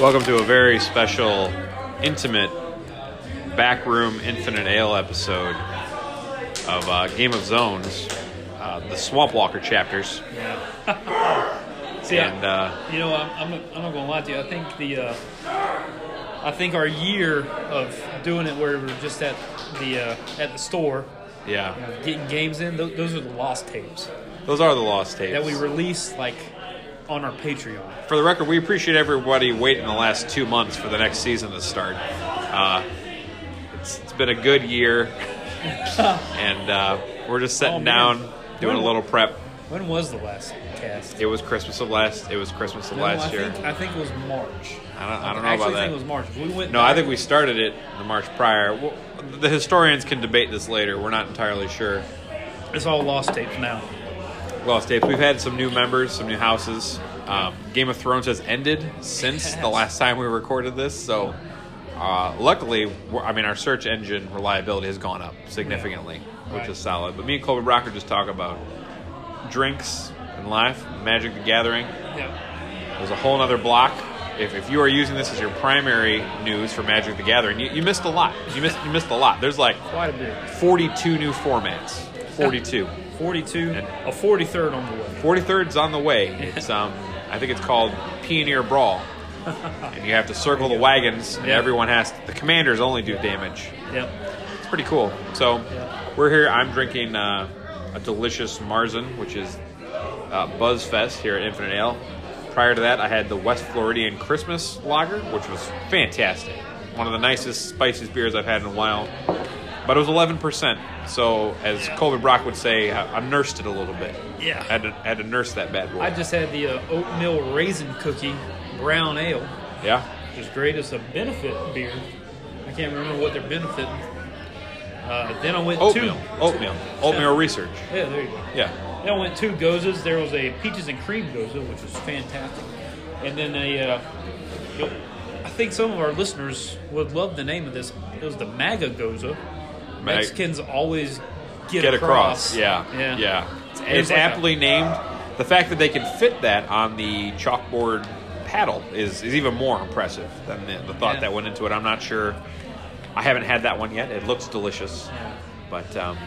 Welcome to a very special, intimate, backroom infinite ale episode of uh, Game of Zones, uh, the Swamp Walker chapters. See, I- And uh, you know, I'm, I'm, not, I'm not gonna lie to you. I think the, uh, I think our year of doing it where we were just at the uh, at the store, you yeah, know, getting games in, th- those are the lost tapes those are the lost tapes. that we released like on our Patreon. for the record, we appreciate everybody waiting the last two months for the next season to start. Uh, it's, it's been a good year, and uh, we're just Oh, sitting man. down, doing a When- little prep. When was the last cast? It was Christmas of last. It was Christmas of No, last I year. Think, I think it was March. I don't- I don't know actually about think that. it was March. We went. No, I back- think we started it the March prior. Well, the historians can debate this later. We're not entirely sure. it's all lost tapes now. Lost tapes. We've had some new members, some new houses. Um, Game of Thrones has ended since the Yes. last time we recorded this, so uh, luckily, we're, I mean, our search engine reliability has gone up significantly, which Right. is solid. But me and Colby Rocker just talk about drinks and life, Magic the Gathering. Yeah. There's a whole other block. If, if you are using this as your primary news for Magic the Gathering, you, you missed a lot. You missed you missed a lot. There's like Quite a bit. 42 new formats. 42. 42, And- a 43rd on the way. 43rd's on the way. It's um, I think it's called Pioneer Brawl, and you have to circle the wagons, and Yeah. everyone has to, the commanders only do damage. Yep. It's pretty cool. So Yeah. we're here. I'm drinking uh, a delicious Marzen, which is uh, Buzzfest here at Infinite Ale. Prior to that, I had the West Floridian Christmas Lager, which was fantastic. One of the nicest, spiciest beers I've had in a while. But it was 11%. So, as Yeah. Colby Brock would say, I, I nursed it a little bit. Yeah. had to, had to nurse that bad boy. I just had the uh, oatmeal raisin cookie brown ale, yeah. which is great. It's a benefit beer. I can't remember what they're benefiting. Uh, then I went Oatmeal. to Oatmeal. Oatmeal research. yeah, there you go. Yeah. Then I went two gozas. There was a peaches and cream goza, which was fantastic, and then a. Uh, you know, I think some of our listeners would love the name of this. It was the MAGA goza. Mag- Mexicans always get, Get across. across. Yeah. yeah, It's, It was it's like a- aptly named. The fact that they can fit that on the chalkboard paddle is, is even more impressive than the, the thought Yeah. that went into it. I'm not sure. I haven't had that one yet. It looks delicious. Yeah. But um,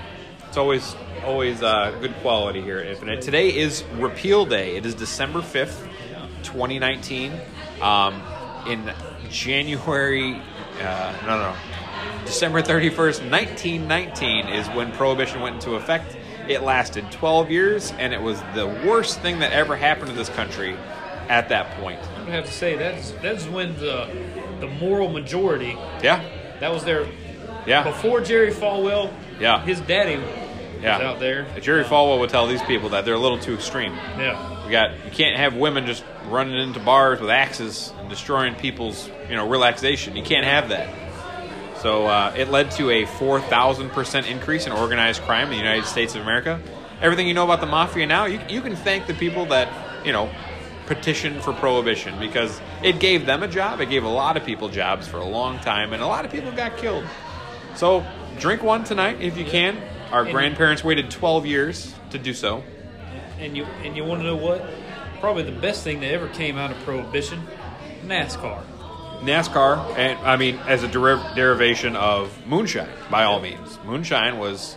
it's always always uh, good quality here at Infinite. Today is Repeal Day. It is December 5th, 2019. Um, in January, uh, no, no, no. December 31st, 1919 is when Prohibition went into effect. It lasted 12 years, and it was the worst thing that ever happened to this country at that point. I would have to say that's that's when the the moral majority Yeah, that was their yeah. before Jerry Falwell. Yeah. his daddy Yeah. was out there. Jerry Falwell would tell these people that they're a little too extreme. Yeah, We got you can't have women just running into bars with axes and destroying people's you know relaxation. You can't have that. So uh, it led to a four thousand percent increase in organized crime in the United States of America. Everything you know about the mafia now, you, you can thank the people that you know petitioned for prohibition because it gave them a job. It gave a lot of people jobs for a long time, and a lot of people got killed. So drink one tonight if you can. Our And- grandparents waited twelve years to do so. and you and you want to know what? Probably the best thing that ever came out of Prohibition, NASCAR. NASCAR, and I mean, as a deriv- derivation of moonshine, by all means. Moonshine was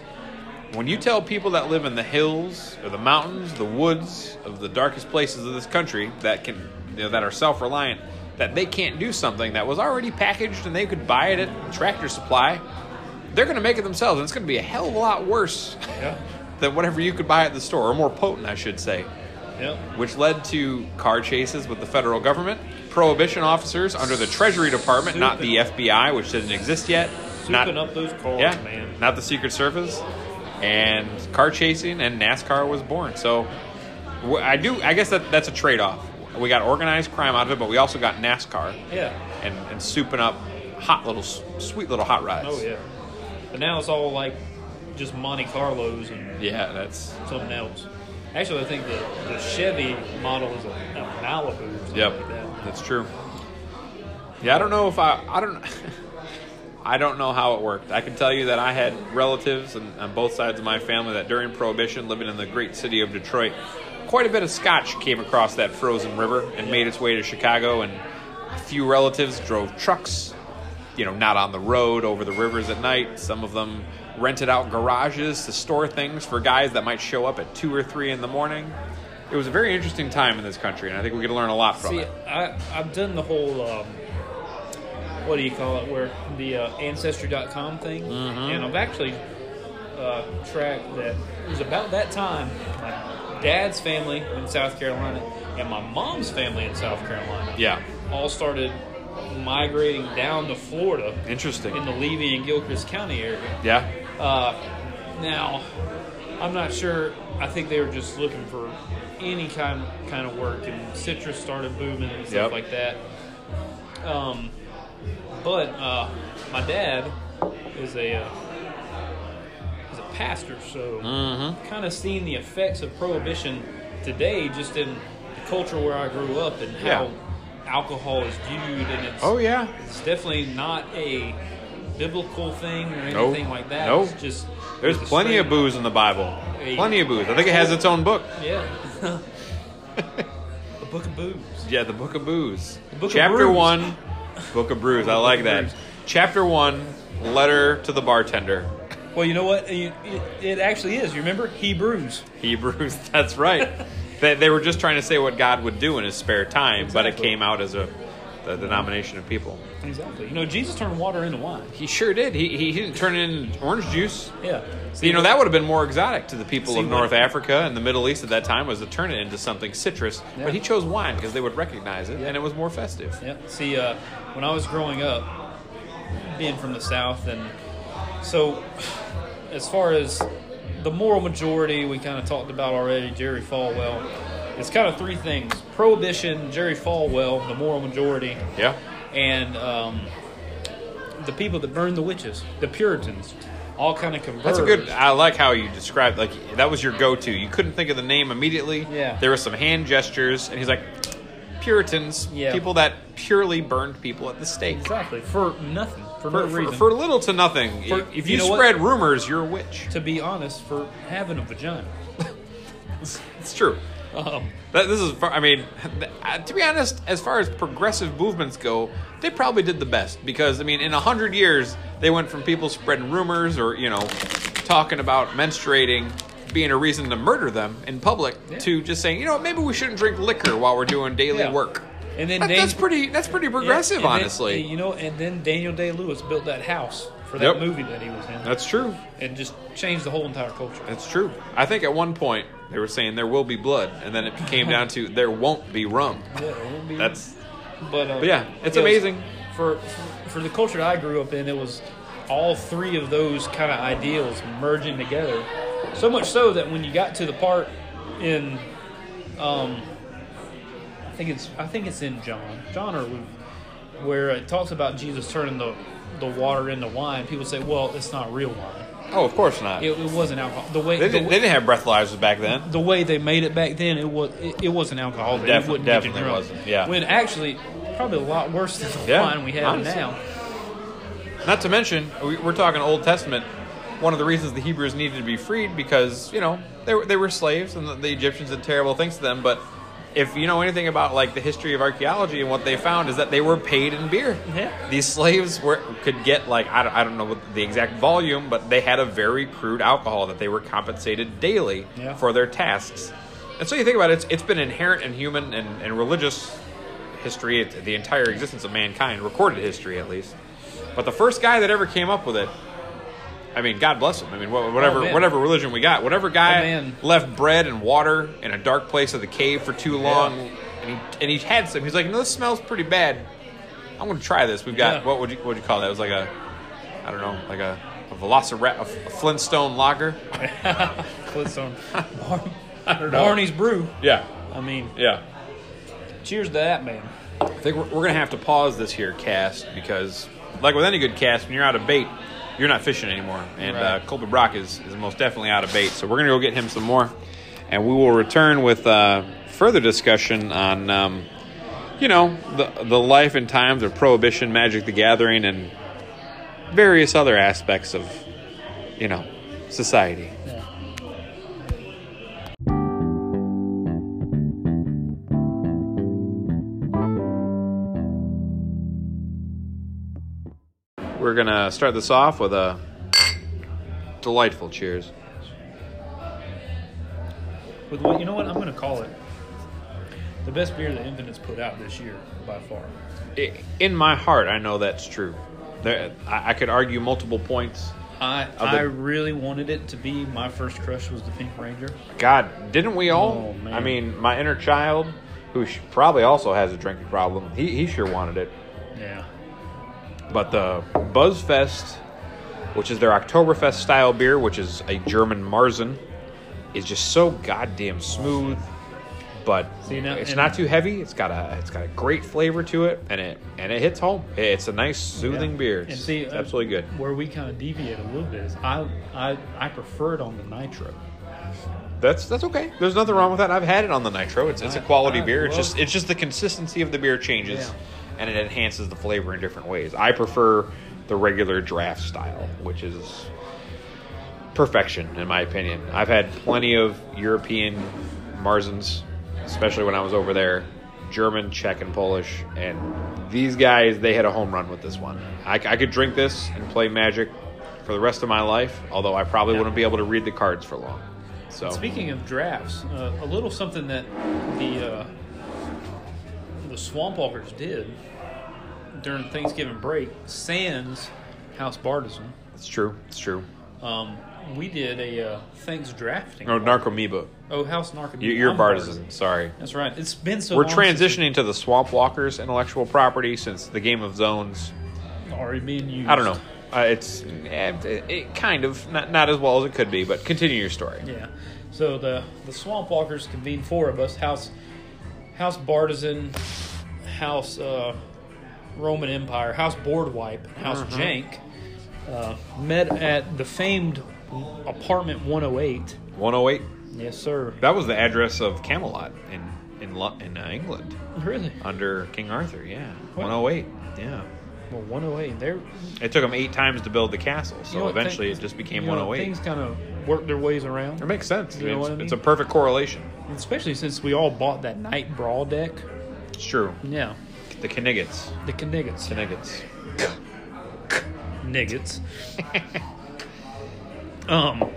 when you tell people that live in the hills or the mountains, the woods of the darkest places of this country that can you know, that are self-reliant, that they can't do something that was already packaged and they could buy it at Tractor Supply, they're going to make it themselves, and it's going to be a hell of a lot worse Yeah, than whatever you could buy at the store, or more potent, I should say yeah. which led to car chases with the federal government, prohibition officers under the Treasury Department, not the FBI, which didn't exist yet, Souping not up those cars, yeah, man. not the Secret Service, and car chasing, and NASCAR was born. So wh- I do, I guess that that's a trade-off. We got organized crime out of it, but we also got NASCAR Yeah. and, and souping up hot little, s- sweet little hot rides. Oh yeah. But now it's all like just Monte Carlos and Yeah, that's something else. Actually, I think the, the Chevy model is a, a Malibu or something like that. Yep, that's true. Yeah, I don't know if I, I don't, I don't know how it worked. I can tell you that I had relatives on, on both sides of my family that during Prohibition, living in the great city of Detroit, quite a bit of Scotch came across that frozen river and made its way to Chicago, and I A few relatives drove trucks, you know, not on the road, over the rivers at night. Some of them rented out garages to store things for guys that might show up at 2 or 3 in the morning. It was a very interesting time in this country, and I think we could learn a lot from See, it. I, I've done the whole, um, what do you call it, where the uh, Ancestry.com thing. Mm-hmm. And I've actually uh, tracked that it was about that time my dad's family in South Carolina and my mom's family in South Carolina Yeah, all started migrating down to Florida in interesting. the Levy and Gilchrist County area. Yeah, Uh, now, I'm not sure. I think they were just looking for any kind kind of work, and citrus started booming and Yep. stuff like that. Um, but uh, my dad is a uh, is a pastor, so Mm-hmm. kind of seeing the effects of prohibition today, just in the culture where I grew up and how alcohol is viewed, and it's Oh yeah. it's definitely not a biblical thing or No. anything like that. No. It's just There's it's a plenty of straight- booze in the Bible. Hey. Plenty of booze. I think it has its own book. Yeah. a book of booze. Yeah, the Book of Booze. Book of Chapter Brews. one, Book of Brews. I like of that. Brews. Chapter one, letter to the bartender. Well, you know what? You- It, it actually is. You remember Hebrews? Hebrews. That's right. they, they were just trying to say what God would do in His spare time, but it Exactly. came out as a the denomination of people. Exactly. You know, Jesus turned water into wine. He sure did. He, he didn't turn it into orange juice. Yeah. You know, that would have been more exotic to the people See of what- North Africa and the Middle East at that time was to turn it into something citrus. Yeah. But he chose wine because they would recognize it Yeah. and it was more festive. Yeah. See, uh, when I was growing up, being from the South, and so as far as the moral majority, we kind of talked about already, Jerry Falwell. It's kind of three things prohibition, Jerry Falwell, the moral majority, Yeah. and um, the people that burned the witches, the Puritans, all kind of converged. That's a good. I like how you described. Like that was your go-to. You couldn't think of the name immediately. Yeah. There were some hand gestures, and he's like, "Puritans, Yeah. people that purely burned people at the stake Exactly. For nothing. For, for, no for, reason. for little to nothing. For- if you you, know what? spread rumors, you're a witch. to be honest, for having a vagina. It's true. Um, That, this is. far- I mean, uh, to be honest, as far as progressive movements go, they probably did the best because I mean, in a hundred years, they went from people spreading rumors or you know, talking about menstruating being a reason to murder them in public Yeah. to just saying, you know, what, maybe we shouldn't drink liquor while we're doing daily Yeah. work. And then That- they- that's pretty. That's pretty progressive, And then- honestly. you know, and then Daniel Day Lewis built that house for that Yep. movie that he was in, that's true. and just changed the whole entire culture. That's true. I think at one point they were saying there will be blood, and then it came down to there won't be rum. Yeah, it won't be- That's but, uh, but yeah, it's it was- amazing. for, for for the culture I grew up in. It was all three of those kind of ideals merging together. So much so that when you got to the part in, um, I think it's I think it's in John, John or Luke, where it talks about Jesus turning the the water into wine. People say, well, it's not real wine. Oh, of course not. It, it wasn't alcohol. The way They the didn't, way- they didn't have breathalyzers back then. the way they made it back then, it was it, it wasn't alcohol. Def- it wouldn't definitely get you drunk. wasn't, yeah. When actually, probably a lot worse than the Yeah, wine we have honestly. now. Not to mention, we- we're talking Old Testament. One of the reasons the Hebrews needed to be freed because you know they were, they were slaves and the, the Egyptians did terrible things to them. But if you know anything about like the history of archaeology and what they found is that they were paid in beer. Yeah. These slaves were could get like I don't, I don't know what the exact volume, but they had a very crude alcohol that they were compensated daily Yeah. for their tasks. And so you think about it, it's, it's been inherent in human and, and religious history, it- the entire existence of mankind, recorded history at least. But the first guy that ever came up with it, I mean, God bless him. I mean, wh- whatever Oh, man. whatever religion we got, whatever Oh, guy man. left bread and water in a dark place of the cave for too long, and, he, and he had some. He's like, no, this smells pretty bad. I'm going to try this. We've got Yeah. what would you what would you call that? It was like a, I don't know, like a, a Velociraptor, a Flintstone lager. What's on Bar- don't know. Barney's Brew? Yeah, I mean, yeah. cheers to that man. I think we're, we're going to have to pause this here cast because, like with any good cast, when you're out of bait, you're not fishing anymore. And uh, Right. Colby Brock is, is most definitely out of bait. So we're going to go get him some more. And we will return with uh, further discussion on, um, you know, the, the life and times of Prohibition, Magic the Gathering, and various other aspects of, you know, society. gonna start this off with a delightful cheers. With what you know what I'm gonna call it. The best beer the Infinite's put out this year by far. I- In my heart, I know that's true. There, I, I could argue multiple points. I the- I really wanted it to be my first crush was the Pink Ranger. God, didn't we all? Oh, man. I mean, my inner child, who sh- probably also has a drinking problem, he, he sure wanted it. Yeah. But the Buzzfest, which is their Oktoberfest style beer, which is a German Marzen, is just so goddamn smooth. But See, now- it's and- not too heavy. It's got a it's got a great flavor to it, and it and it hits home. It's a nice soothing Yeah. beer. And It's, see, it's uh, absolutely good. Where we kind of deviate a little bit is I I I prefer it on the nitro. That's that's okay. There's nothing wrong with that. I've had it on the nitro. It's, it's a quality I beer. It's love- just it's just the consistency of the beer changes, Yeah. and it enhances the flavor in different ways. I prefer the regular draft style, which is perfection in my opinion. I've had plenty of European Marzens, especially when I was over there, German, Czech, and Polish, and these guys they had a home run with this one. I, I could drink this and play Magic for the rest of my life, although I probably wouldn't be able to read the cards for long. So. Speaking of drafts, uh, a little something that the uh, the Swampwalkers did during Thanksgiving break, Sands House Bartizan, It's true. It's true. um, we did a uh, thanks drafting. No, Narcomoeba. Oh, House Narcomoeba. You're, you're I'm Bartizan. Sorry. That's right. It's been so. We're long since it's transitioning to the Swamp Walkers intellectual property since the Game of Zones. Already being used. I don't know. Uh, it's eh, it, it kind of not, not as well as it could be, but continue your story. Yeah. So the the swamp walkers convened four of us: House House Bartizan, House uh, Roman Empire, House Boardwipe, and House Uh-huh. Jank. Uh, met at the famed apartment 108. 108. Yes, sir. That was the address of Camelot in in Lo- in uh, England Really? under King Arthur. Yeah, What? 108. Yeah. Well, 108. There. It took them eight times to build the castle, so you know what, eventually things- it just became you know what, 108. Things kind of work their ways it around, makes sense. You know it's, what I it's a mean? perfect correlation. especially since we all bought that night brawl deck. It's true. Yeah, The Kniggets. the Kniggets. Kniggets. Kniggets. um.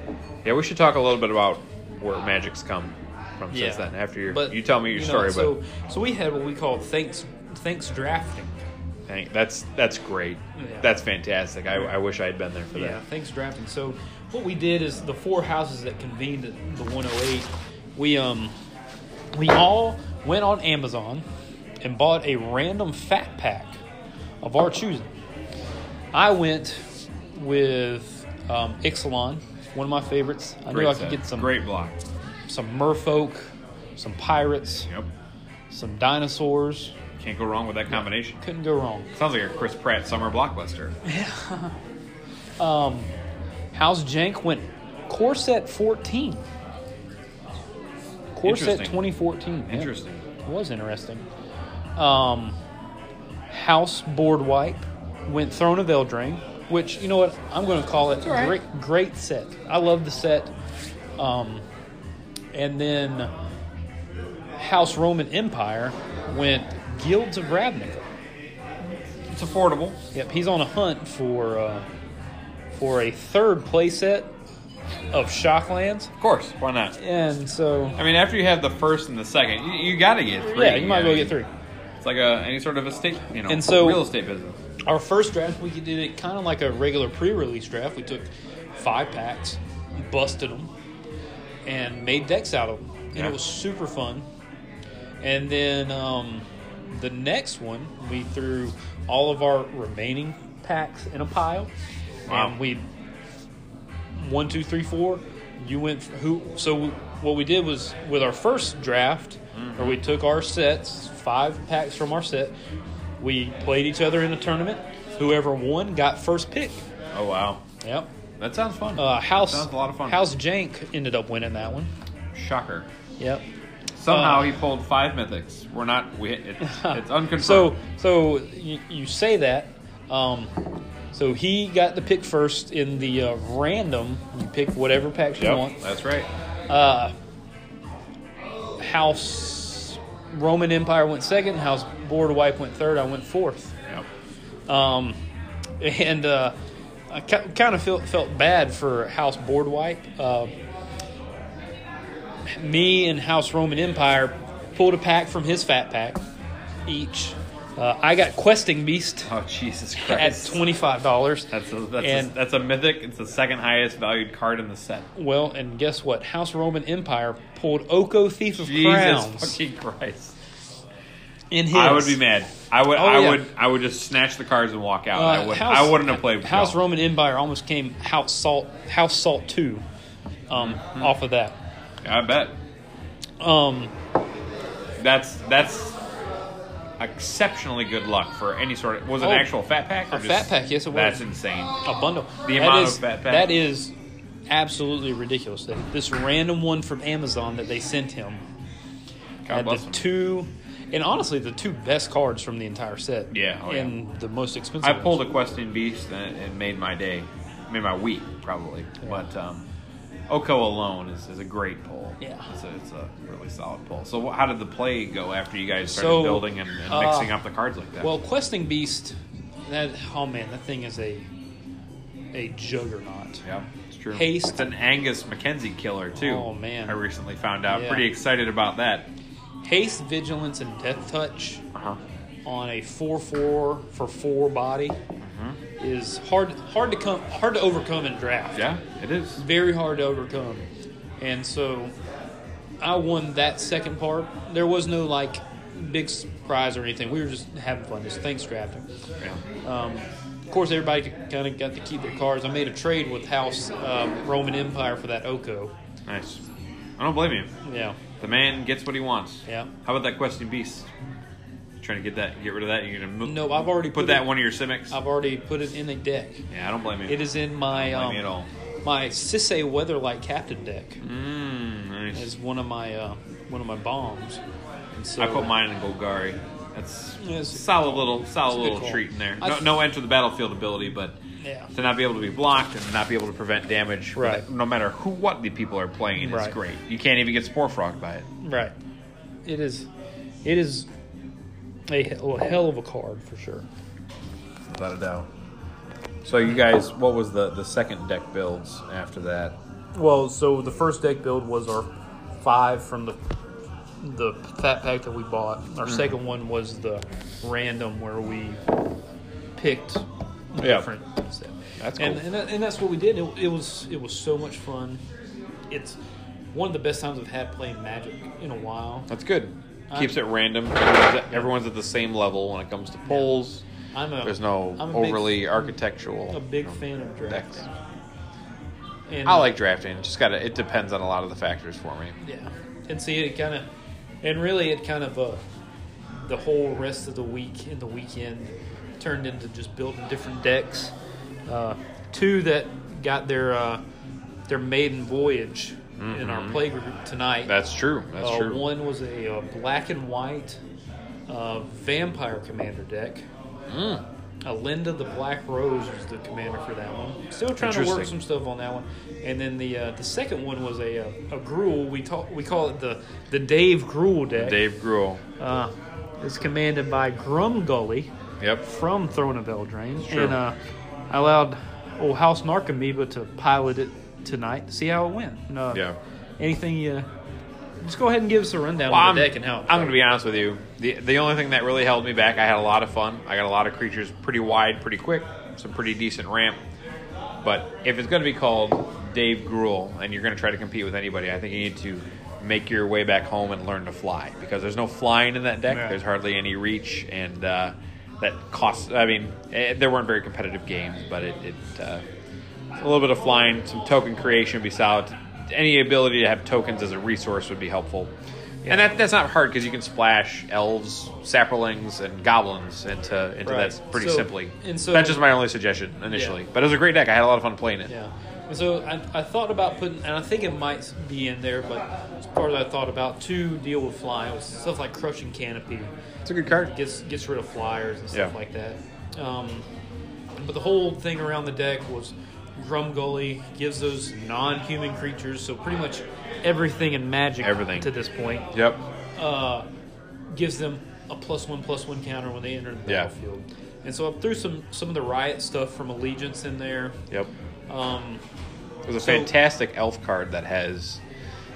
Yeah, we should talk a little bit about where magic's come from Yeah. since then. After your, But, you tell me your you know, story, so, so we had what we called thanks thanks drafting. but dang, that's that's great. Yeah. That's fantastic. I, I wish I had been there for Yeah, thanks drafting. So what we did is the four houses that convened at the 108, we um we all went on Amazon and bought a random fat pack of our choosing. I went with um, Ixalan, one of my favorites. I that. knew I set. could get some great block. some merfolk, some pirates, Yep, some dinosaurs. can't go wrong with that combination. Couldn't go wrong. Sounds like a Chris Pratt summer blockbuster. Um, House Jank went Corset 14. Corset Interesting. 2014. yeah. Interesting. It was interesting. Um, House Board Wipe went Throne of Eldraine, which, you know what, I'm going to call it right. great, great set. I love the set. Um, and then House Roman Empire went Guilds of Ravnica. It's affordable. Yep, he's on a hunt for uh, for a third playset of Shocklands, Of course, why not? and so I mean, after you have the first and the second, you, you got to get three. yeah, you might I as well mean, get three. It's like a any sort of estate, you know, And so- real estate business. Our first draft, we did it kind of like a regular pre-release draft. We took five packs, busted them, and made decks out of them, and Yeah. it was super fun. And then um, the next one, we threw all of our remaining packs in a pile, Wow. and we one, two, three, four. You went for who? So we, what we did was with our first draft, or we took our sets, five packs from our set. We played each other in a tournament. Whoever won got first pick. Oh wow, Yep. that sounds fun. Uh, House sounds a lot of fun. House Jank ended up winning that one. Shocker. Yep. Somehow Uh, he pulled five mythics. We're not. We, it, it's unconfirmed. So so you, you say that. Um, so he got the pick first in the uh, random. You pick whatever packs you want. yep, that's right. uh, House Roman Empire went second. House Board Wipe went third. I went fourth. Yep. Um, and uh, I kind of felt felt bad for House Boardwipe. Uh, me and House Roman Empire pulled a pack from his fat pack each. Uh, I got Questing Beast Oh Jesus at Christ! twenty five dollars. that's a, that's, a, and that's a mythic. It's the second highest valued card in the set. well, and guess what? House Roman Empire pulled Oko Thief of Jesus Crowns fucking Christ! in his. I would be mad. I would. Oh, I yeah. would. I would just snatch the cards and walk out. Uh, I would. House- I wouldn't have played with House y'all. Roman Empire almost came House Salt House Salt Two, um, Mm-hmm. off of that. I bet. Um, That's that's exceptionally good luck for any sort of. Was it Oh, an actual fat pack? Or a just, fat pack, yes, it was. That's insane. a bundle. The That amount is- of fat pack. That is absolutely ridiculous. That this random one from Amazon that they sent him God had bless the him. two, and honestly, the two best cards from the entire set. Yeah, oh, yeah. and the most expensive. I pulled a questing beast and it made my day, made my week probably. But um, Oko alone is, is a great pull. Yeah. it's a, it's a really solid pull. So wh- how did the play go after you guys started So, building and, and uh, mixing up the cards like that? Well, Questing Beast, that oh man, that thing is a a juggernaut. yeah, it's true. Haste. It's an Angus McKenzie killer too. Oh, man. I recently found out. Yeah. Pretty excited about that. Haste, vigilance, and death touch Uh-huh. on a four four for four body is hard hard to come hard to overcome in draft. Yeah, it is. very hard to overcome. And so I won that second part. There was no like big surprise or anything. We were just having fun, just thanks drafting. Yeah. Um, of course, everybody kind of got to keep their cards. I made a trade with House um, Roman Empire for that Oko. Nice. I don't blame you. Yeah, The man gets what he wants. yeah. How about that questing beast? trying to get that, get rid of that. You're gonna mo- No, I've already put it- that one of your simics. I've already put it in a deck. Yeah, I don't blame you. It is in my Don't blame um, me at all. my Sisse Weatherlight Captain deck. Mm, nice. It's one of my uh, one of my bombs. And so I put mine in Golgari. That's uh, Yeah, it's- solid little it's a solid good little call. treat in there. I No, th- no enter the battlefield ability, but Yeah. to not be able to be blocked and not be able to prevent damage, Right. No matter who what the people are playing, it's Right. great. You can't even get spore frogged by it. Right. um, It is. It is a, he- a hell of a card for sure. Without a doubt. So you guys, what was the the second deck builds after that? Well, so the first deck build was our five from the the fat pack that we bought. Our second one was the random where we picked Yeah. different. Stuff. That's and cool. and, that, and that's what we did. It, it was it was so much fun. It's one of the best times I've had playing Magic in a while. That's good. Uh, Keeps it random. Everyone's at, everyone's at the same level when it comes to polls. I'm a There's no I'm a big- overly architectural. a big you know, fan of drafts. decks. And I like drafting. It just got to. It depends on a lot of the factors for me. Yeah, and see it kind of, and really it kind of uh, the whole rest of the week and the weekend turned into just building different decks. Uh, two that got their uh, their maiden voyage in our play group tonight. Mm-hmm. That's true. That's uh, true. One was a uh, black and white uh, vampire commander deck. Mm. Alinda the Black Rose was the commander for that one. Still trying to work Interesting. some stuff on that one. And then the uh, the second one was a uh, a gruel. We talk we call it the the Dave Gruel deck. Dave Gruel. Uh, it's commanded by Grum Gully Yep. from Throne of Eldraine, Sure. and uh, I allowed old House Narcomoeba to pilot it tonight to see how it went. And, uh, Yeah. Anything you just go ahead and give us a rundown Well, on the I'm- deck and how. it I'm going to be honest with you. The the only thing that really held me back, I had a lot of fun. I got a lot of creatures pretty wide, pretty quick, some pretty decent ramp. But if it's going to be called Dave Gruel and you're going to try to compete with anybody, I think you need to make your way back home and learn to fly because there's no flying in that deck. Yeah. There's hardly any reach, and uh, that costs. I mean, eh, there weren't very competitive games, but it, it uh, a little bit of flying, some token creation would be solid. Any ability to have tokens as a resource would be helpful. And that, that's not hard because you can splash elves, saplings, and goblins into into Right. that pretty So- simply. and so- that's just my only suggestion initially. But it was a great deck. I had a lot of fun playing it. Yeah. And so I, I thought about putting, and I think it might be in there, but as part that I thought about to deal with flying was stuff like crushing canopy, It's a good card. gets gets rid of flyers and stuff Yeah. like that. Um, but the whole thing around the deck was Grum Gully gives those non-human creatures, so pretty much everything in Magic Everything. to this point Yep. uh, gives them a plus one plus one counter when they enter the Yeah. battlefield. And so I threw some some of the riot stuff from Allegiance in there. Yep. Um, There's a So- fantastic elf card that has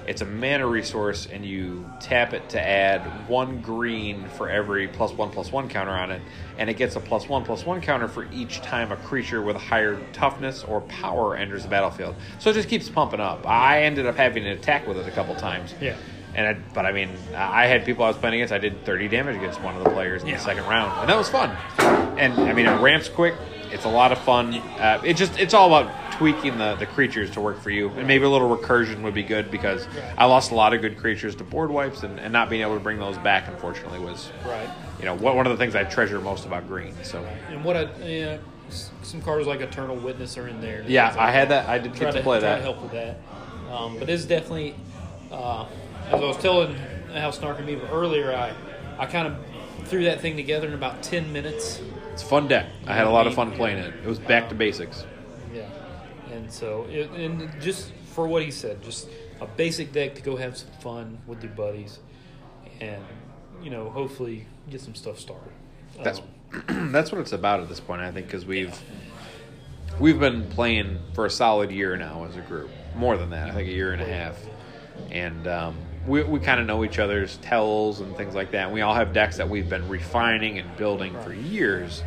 it's a mana resource and you tap it to add one green for every plus one plus one counter on it, and it gets a plus one plus one counter for each time a creature with higher toughness or power enters the battlefield. So it just keeps pumping up. I ended up having to attack with it a couple times. Yeah. And I, but I mean, I I had people I was playing against. I did 30 damage against one of the players in Yeah. the second round, and that was fun. And I mean, it ramps quick. It's a lot of fun. Uh, it just it's all about tweaking the, the creatures to work for you, and maybe a little recursion would be good because I lost a lot of good creatures to board wipes, and, and not being able to bring those back, unfortunately, was right. you know what, one of the things I treasure most about green. So And what I yeah, s- some cards like Eternal Witness are in there. yeah, Things like I had that. I did try get to, to play try to that. help with that. Um, but it's definitely, uh, as I was telling how Snark and me earlier, I, I kind of threw that thing together in about 10 minutes. It's a fun deck. I had a lot of fun playing it. It was back to basics. Yeah. And so, it, and just for what he said, just a basic deck to go have some fun with your buddies and, you know, hopefully get some stuff started. That's Um, that's what it's about at this point, I think, because we've we've been playing for a solid year now as a group, more than that, I think a year and a half, and um, we we kind of know each other's tells and things like that. And we all have decks that we've been refining and building for years.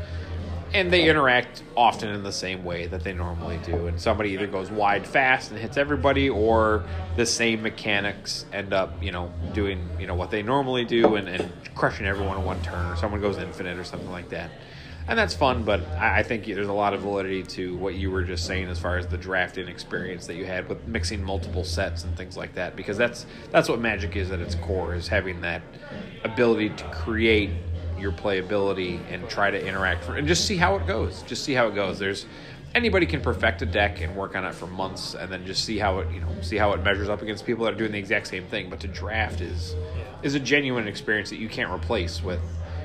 And they interact often in the same way that they normally do. And somebody either goes wide fast and hits everybody, or the same mechanics end up, you know, doing, you know, what they normally do and, and crushing everyone in one turn, or someone goes infinite or something like that. And that's fun, but I, I think there's a lot of validity to what you were just saying as far as the drafting experience that you had with mixing multiple sets and things like that, because that's that's what Magic is at its core is having that ability to create your playability and try to interact for, and just see how it goes. Just see how it goes. There's anybody can perfect a deck and work on it for months and then just see how it you know see how it measures up against people that are doing the exact same thing. But to draft is is a genuine experience that you can't replace with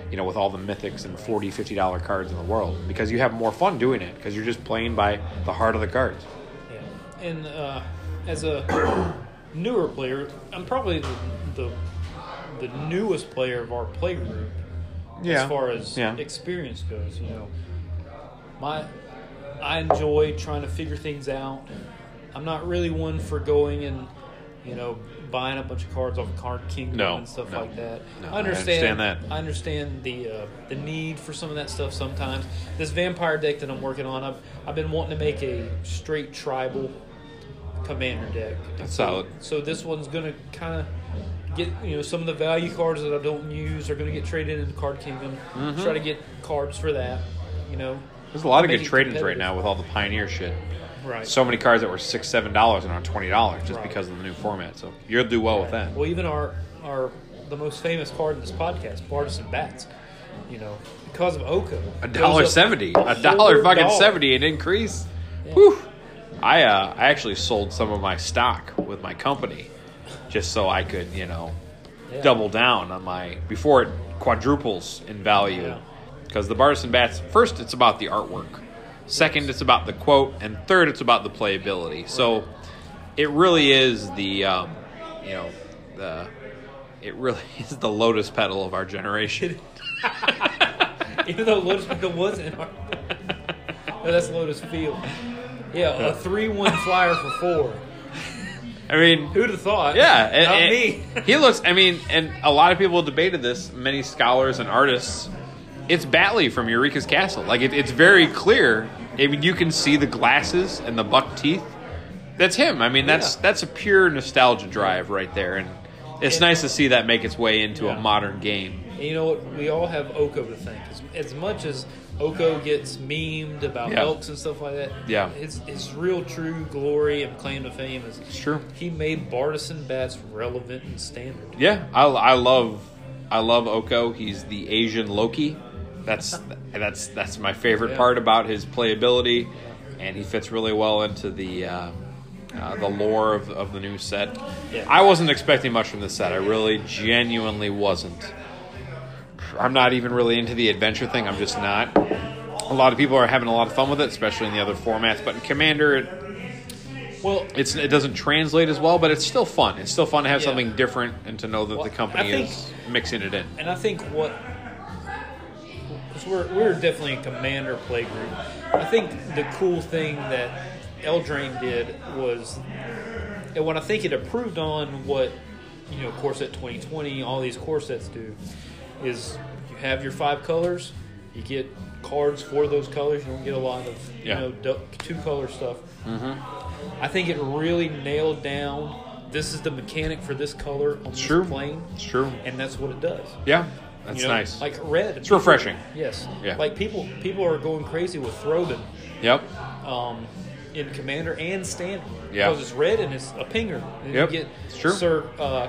you know with all the mythics and 40 50 dollar cards in the world because you have more fun doing it because you're just playing by the heart of the cards Yeah. And uh, as a newer player, I'm probably the, the the newest player of our play group as far as yeah experience goes. You know, my I enjoy trying to figure things out. I'm not really one for going and you know buying a bunch of cards off Card Kingdom No, and stuff no, like that. no, I I understand understand that. I understand the uh, the need for some of that stuff sometimes. This vampire deck that I'm working on, I've I've been wanting to make a straight tribal commander deck. That's So- solid. So this one's gonna kind of get you know some of the value cards that I don't use are gonna get traded into Card Kingdom. Try to get cards for that. You know. Mm-hmm. there's a lot of Make good it trade-ins right competitive. now with all the pioneer shit Right. so many cards that were six, seven dollars and are twenty dollars just Right. because of the new format. So you'll do well with that. Well, even our our the most famous card in this podcast, Partisan Bats. You know, because of Oko. A goes dollar up seventy, a a dollar whole fucking dollar. seventy, an increase. Yeah. Whew. I uh, I actually sold some of my stock with my company just so I could you know Yeah. double down on my before it quadruples in value Yeah. because the Bartisan bats first it's about the artwork, second it's about the quote, and third it's about the playability. So it really is the um, you know the it really is the lotus petal of our generation. Even though Lotus Field wasn't. Our, no, that's Lotus Field. Yeah, a three-one flyer for four. I mean, Who'd have thought? Yeah, and- not and me. he looks. I mean, and a lot of people debated this. Many scholars and artists. It's Batley from Eureka's Castle. Like it, it's very clear. I mean, you can see the glasses and the buck teeth. That's him. I mean, that's Yeah. that's a pure nostalgia drive right there, and it's nice to see that make its way into Yeah. a modern game. And you know what? We all have Oko to thank. As, as much as Oko gets memed about Yeah. elks and stuff like that, Yeah. his, his real true glory and claim to fame is It's true. he made Bartisan bats relevant and standard. Yeah, I, I love I love Oko. He's the Asian Loki. That's that's that's my favorite Yeah. part about his playability, and he fits really well into the uh, uh, the lore of, of the new set. Yeah. I wasn't expecting much from this set. I really, genuinely wasn't. I'm not even really into the adventure thing. I'm just not. A lot of people are having a lot of fun with it, especially in the other formats. But in Commander, it, Well, it's it doesn't translate as well, but it's still fun. It's still fun to have Yeah. something different and to know that Well, the company I think- is mixing it in. and I think what times. We're we're definitely a commander play group. I think the cool thing that Eldrain did was, and what I think it improved on what you know, Corset 2020, all these corsets do, is you have your five colors, you get cards for those colors. You don't get a lot of you Yeah. know du- two color stuff. I think it really nailed down. This is the mechanic for this color on this true. plane, It's true. and that's what it does. Yeah, that's You know, nice. Like red. it's refreshing. Yes. Yeah. Like people, people are going crazy with Throbin Yep. um, in Commander and Standard. Yeah. Because it's red and it's a pinger. And Yep, You get it's true. Sir uh,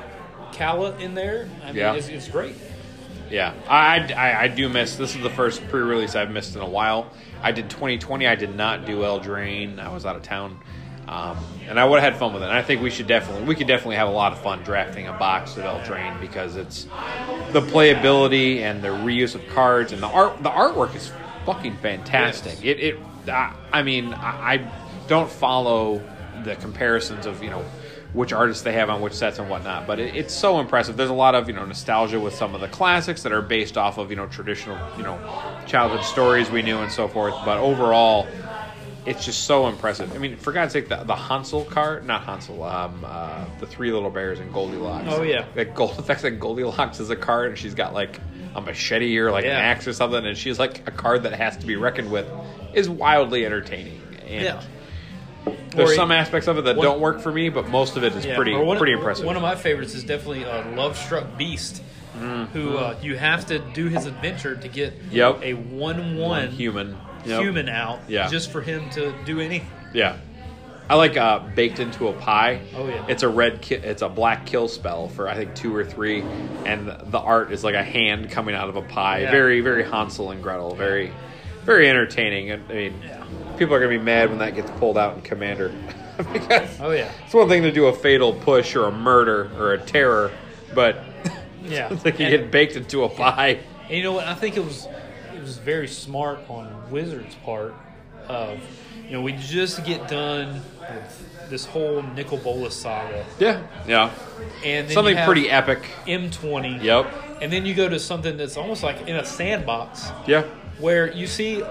Kala in there. I mean, Yeah. it's, it's great. Yeah, I, I, I do miss. This is the first pre-release I've missed in a while. I did 2020. I did not do Eldraine. I was out of town, um, and I would have had fun with it. And I think we should definitely we could definitely have a lot of fun drafting a box of Eldraine because it's the playability and the reuse of cards and the art. The artwork is fucking fantastic. It it I, I mean I, I don't follow the comparisons of you know which artists they have on which sets and whatnot. But it, it's so impressive. There's a lot of you know nostalgia with some of the classics that are based off of you know traditional you know childhood stories we knew and so forth. But overall, it's just so impressive. I mean, for God's sake, the, the Hansel card, not Hansel, um, uh, the three little bears and Goldilocks. Oh, yeah. that gold the fact that Goldilocks is a card and she's got like a machete or like an Yeah. axe or something, and she's like a card that has to be reckoned with, is wildly entertaining. And Yeah. there's Or- some aspects of it that one- don't work for me, but most of it is Yeah, pretty or one, pretty impressive. One of my favorites is definitely uh, Love Struck Beast, who uh, you have to do his adventure to get Mm. Yep. a One one one human. Yep. human out, Yeah. just for him to do anything. yeah, I like uh, baked into a pie. Oh, yeah. it's a red. Ki- it's a black kill spell for I think two or three, and the art is like a hand coming out of a pie. Yeah. Very very Hansel and Gretel. Very very entertaining. And, I mean, Yeah. people are gonna be mad when that gets pulled out in Commander because Oh yeah, it's one thing to do a fatal push or a murder or a terror, but yeah. it's like you and, get baked into a pie. and you know what? I think it was it was very smart on Wizards' part of you know we just get done with this whole Nicol Bolas saga, Yeah, yeah. and then you Something have pretty epic. M twenty. Yep. And then you go to something that's almost like in a sandbox. Yeah. where you see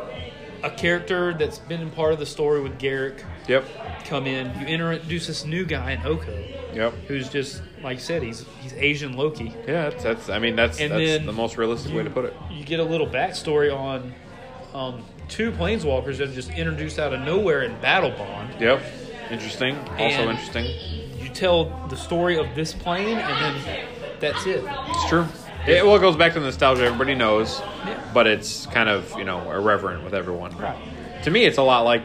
a character that's been in part of the story with Garrick Yep. come in. You introduce this new guy in Oko, Yep. who's just like you said, he's he's Asian Loki. Yeah, that's, that's I mean that's And that's then the most realistic way to put it. You get a little backstory on um, two planeswalkers that are just introduced out of nowhere in Battle Bond. Yep. Interesting. Also And- interesting. You tell the story of this plane, and then that's it. It's true. It well it goes back to nostalgia everybody knows, Yeah. but it's kind of, you know, irreverent with everyone. Right. To me it's a lot like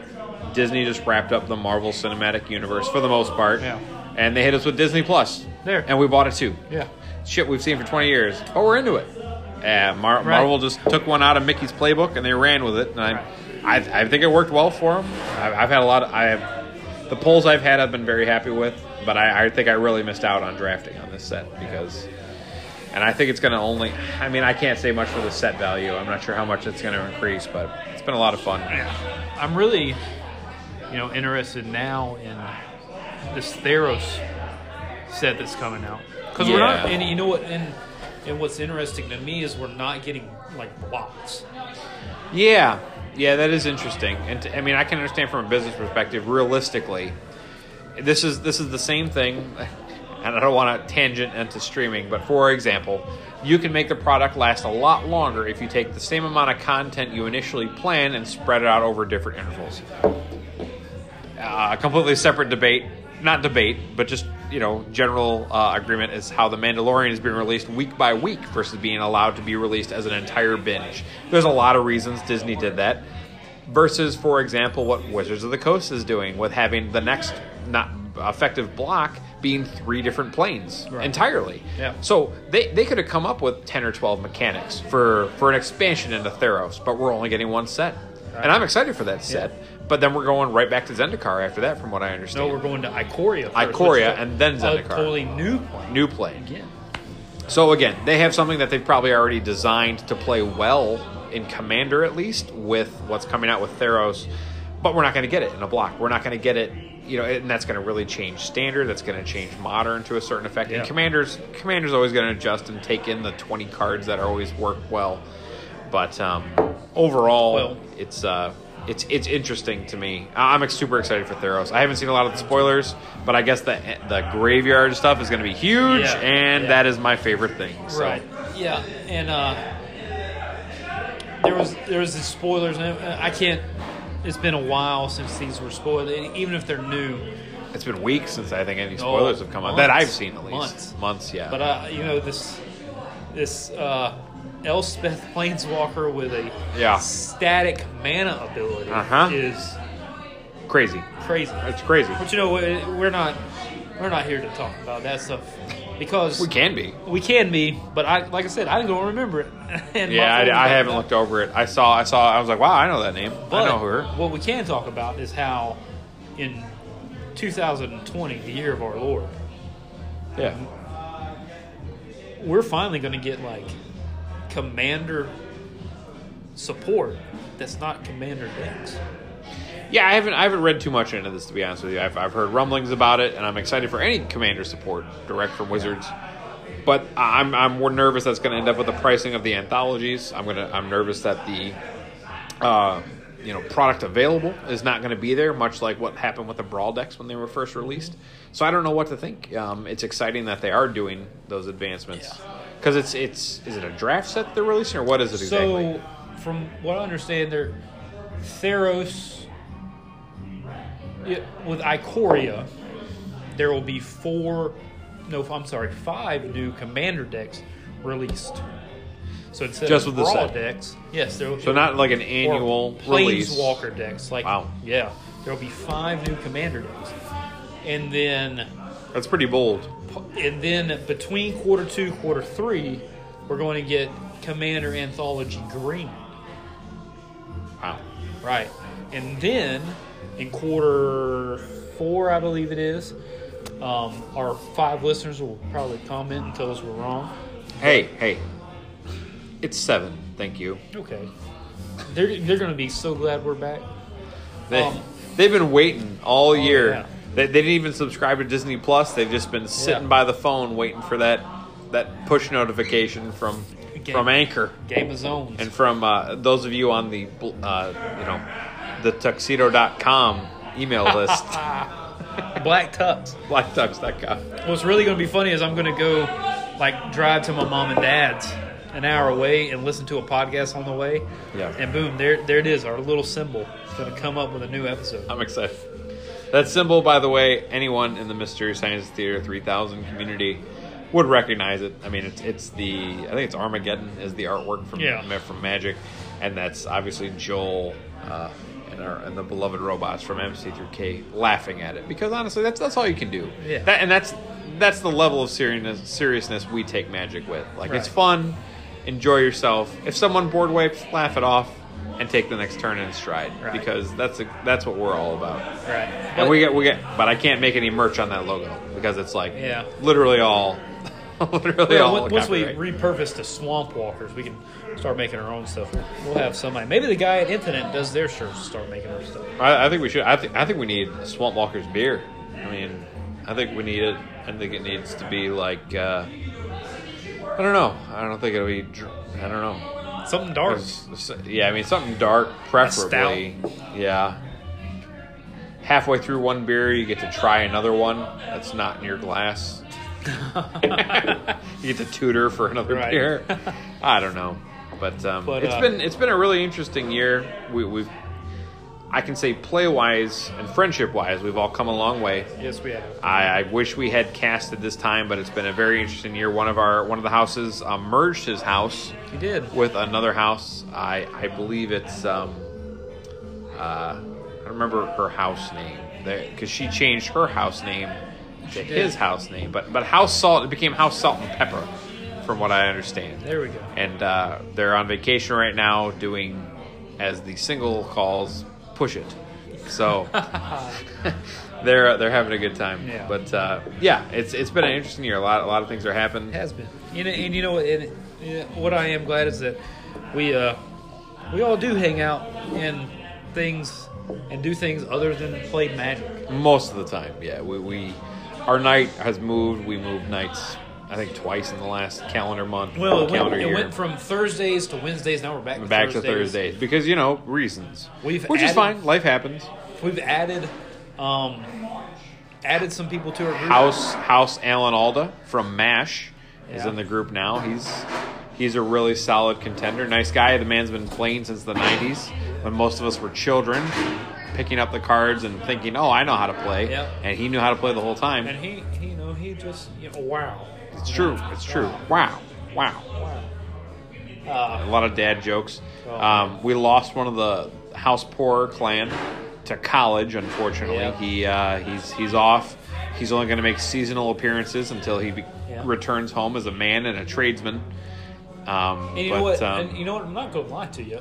Disney just wrapped up the Marvel Cinematic Universe for the most part. Yeah. And they hit us with Disney Plus. There. And we bought it too. Yeah. shit we've seen for 20 years, but we're into it. Uh, Mar- Marvel just took one out of Mickey's playbook and they ran with it, and I, Right. I, I think it worked well for them. I've, I've had a lot. Of, I have the polls I've had, I've been very happy with, but I, I think I really missed out on drafting on this set because, and I think it's going to only. I mean, I can't say much for the set value. I'm not sure how much it's going to increase, but it's been a lot of fun. I'm really, you know, interested now in this Theros set that's coming out because we're not. Yeah. And you know what? And and what's interesting to me is we're not getting like blocks. Yeah, yeah, that is interesting. And t I I mean, I can understand from a business perspective. Realistically, this is this is the same thing. And I don't want to tangent into streaming, but for example, you can make the product last a lot longer if you take the same amount of content you initially plan and spread it out over different intervals. Uh, completely separate debate, not debate, but just you know general uh, agreement is how the Mandalorian is being released week by week versus being allowed to be released as an entire binge. There's a lot of reasons Disney did that. Versus, for example, what Wizards of the Coast is doing with having the next not effective block being three different planes Right. entirely. Yeah. So they, they could have come up with ten or twelve mechanics for for an expansion into Theros, but we're only getting one set, and I'm excited for that set. But then we're going right back to Zendikar after that, from what I No, understand. we're going to Ikoria. First, Ikoria which is a- and then a Zendikar. totally new plane. New plane. Again. So again, they have something that they've probably already designed to play well in Commander, at least with what's coming out with Theros. But we're not going to get it in a block. We're not going to get it, you know, and that's going to really change Standard. That's going to change Modern to a certain effect. Yeah. And Commander's Commander's always going to adjust and take in the twenty cards that always work well. But um, overall, Well- it's uh, it's it's interesting to me. I- I'm super excited for Theros. I haven't seen a lot of the spoilers, but I guess the the graveyard stuff is going to be huge, Yeah, and yeah. that is my favorite thing. So. Right. Yeah, and uh, there was there was the spoilers, and uh, I can't. It's been a while since these were spoiled, and even if they're new. It's been weeks since I think any spoilers Oh, have come out that I've months. seen at least Months. yeah. But uh, you know this this uh, Elspeth Planeswalker with a Yeah. static mana ability Uh-huh. is crazy. crazy. It's crazy. But you know we- we're not we're not here to talk about that stuff because We can be. we can be, but I like I said I don't remember it. Yeah, And my phone's I, I backed haven't up. looked over it. I saw, I saw, I was like, wow, I know that name. But I know her. What we can talk about is how in 2020, the year of our Lord, Yeah, we're finally going to get like commander support that's not commander decks. yeah. I haven't, I haven't read too much into this to be honest with you. I've, I've heard rumblings about it, and I'm excited for any commander support direct from Wizards. But I'm, I'm more nervous that's going to end up with the pricing of the anthologies. I'm gonna, I'm nervous that the, uh, you know, product available is not going to be there. Much like what happened with the brawl decks when they were first released. So I don't know what to think. Um, it's exciting that they are doing those advancements. Yeah. Because it's it's is it a draft set they're releasing or what is it exactly? So, from what I understand, they're Theros yeah, with Ikoria. There will be four, no, I'm sorry, five new commander decks released. So instead Just of with the raw set. decks, yes, there will So not like an annual or release. Planeswalker decks. Like, Wow. yeah, there will be five new commander decks, and then That's pretty bold. and then between quarter two, quarter three, we're going to get Commander Anthology Green. Wow. Right. And then in quarter four, I believe it is, um, our five listeners will probably comment and tell us we're wrong. Hey, hey. It's seven. Thank you. Okay. They're, they're going to be so glad we're back. They, Um, oh, they've been waiting all year. yeah. They, they didn't even subscribe to Disney Plus. They've just been sitting Yeah. by the phone waiting for that that push notification from Game. from Anchor Game of Zones. and from uh, those of you on the bl- uh, you know the tuxedo.com email list Black Tux. blacktux.com. What's really going to be funny is I'm going to go like drive to my mom and dad's an hour away and listen to a podcast on the way. Yeah. And boom, there there it is. Our little symbol is going to come up with a new episode. I'm excited. That symbol, by the way, anyone in the Mystery Science Theater 3000 community would recognize it. I mean, it's it's the I think it's Armageddon is the artwork from Yeah. ma- from Magic, and that's obviously Joel uh, and our and the beloved robots from MC3K laughing at it because honestly, that's that's all you can do. Yeah. That, and that's that's the level of seriousness seriousness we take Magic with. Like it's Right. fun, enjoy yourself. If someone board wipes, laugh it off. And take the next turn in stride Right. because that's a, that's what we're all about. Right. And we get we get, but I can't make any merch on that logo because it's like Yeah. literally all, literally Yeah, all. on- once we copyright. repurpose the Swamp Walkers, we can start making our own stuff. We'll have somebody. Maybe the guy at Infinite does their shirts. Start making our stuff. I, I think we should. I think I think we need Swamp Walker's beer. I mean, I think we need it. I think it needs to be like. Uh, I don't know. I don't think it'll be. dr- I don't know. Something dark. It's- it's- yeah, I mean something dark, preferably. Yeah. Halfway through one beer, you get to try another one that's not in your glass. you get to tutor for another Right. beer. I don't know, but, um, But, it's uh, been it's been a really interesting year. We, we've I can say play wise and friendship wise, we've all come a long way. yes, we have. I, I wish we had casted this time, but it's been a very interesting year. One of our one of the houses um, merged his house We did. with another house. I I believe it's um uh I don't remember her house name because she changed her house name to his house name, but but House Salt it became House Salt and Pepper, from what I understand. There we go. And uh, they're on vacation right now, doing as the single calls push it. So they're they're having a good time. Yeah. But uh, yeah, it's it's been an interesting year. A lot a lot of things are happening. It has been. You know, and you know, what- and, uh, what I am glad is that we uh, we all do hang out and things and do things other than play magic. Most of the time, yeah. We, we our night has moved. We moved nights I think twice in the last calendar month. Well, it, went, calendar it year. went from Thursdays to Wednesdays. Now we're back to back Thursdays. to Thursdays because you know reasons. We've which is added- fine. Life happens. We've added, um, added some people to our group. House House Alan Alda from Mash is Yeah. in the group now. He's he's a really solid contender. Nice guy. The man's been playing since the '90s when most of us were children, picking up the cards and thinking, "Oh, I know how to play," Yep. and he knew how to play the whole time. and he, he, you know, he just, you know, wow. it's true. It's true. Wow. Wow. Uh, A lot of dad jokes. Oh. Um, we lost one of the house poorer clan to college. Unfortunately, Yeah. he uh, he's he's off. He's only going to make seasonal appearances until he be- Yeah. returns home as a man and a tradesman. Um, and you but know what? um, and you know what? I'm not going to lie to you.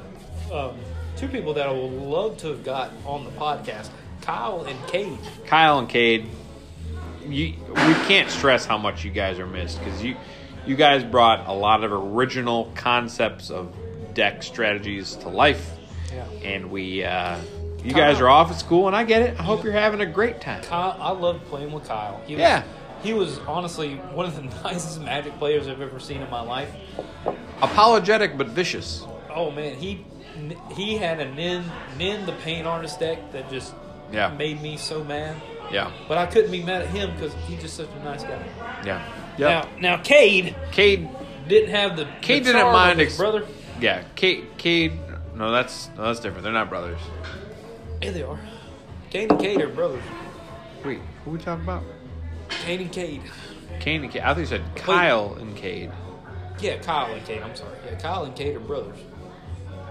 Um, two people that I would love to have got on the podcast, Kyle and Cade. Kyle and Cade, you, we can't stress how much you guys are missed because you you guys brought a lot of original concepts of deck strategies to life, Yeah. and we. Uh, you guys are off at school, and I get it. I hope you're having a great time. Kyle, I love playing with Kyle. He was, Yeah. He was honestly one of the nicest Magic players I've ever seen in my life. Apologetic but vicious. Oh man, he he had a Nin Nin the Paint Artist deck that just Yeah. made me so mad. Yeah, But I couldn't be mad at him because he's just such a nice guy. yeah, Now, now Cade Cade, didn't have the Cade the didn't charm of mind his ex- brother. yeah, Cade, Cade. No, that's no, that's different. They're not brothers. Yeah, they are. Cade and Cade are brothers. Wait, who are we talking about? Cade and Cade. Cade and Cade. I thought you said Kyle and Cade. Yeah, Kyle and Cade. I'm sorry. Yeah, Kyle and Cade are brothers.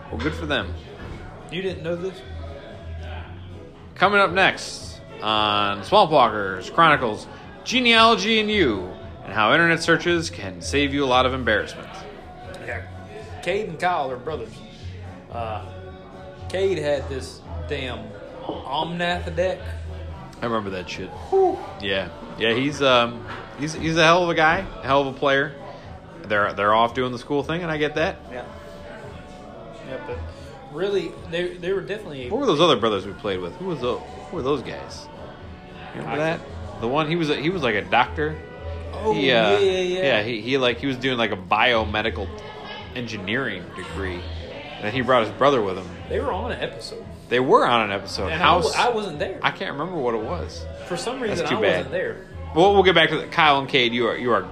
Well, good for them. You didn't know this? Coming up next on Swamp Walkers Chronicles: Genealogy and You, and how internet searches can save you a lot of embarrassment. Yeah. Cade and Kyle are brothers. Uh, Cade had this damn Omnath deck. I remember that shit. Yeah, yeah, he's um, he's he's a hell of a guy, a hell of a player. They're they're off doing the school thing, and I get that. Yeah. Yeah, but really, they, they were definitely. What were those other brothers we played with? Who was those? Who were those guys? You remember that? The one he was a, he was like a doctor. Oh, He, yeah, uh, yeah, yeah. he, he like he was doing like a biomedical engineering degree, and then he brought his brother with him. They were on an episode. They were on an episode. And House. I, wa- I wasn't there. I can't remember what it was. For some reason, too I bad. wasn't there. Well, we'll get back to that. Kyle and Cade. You are you are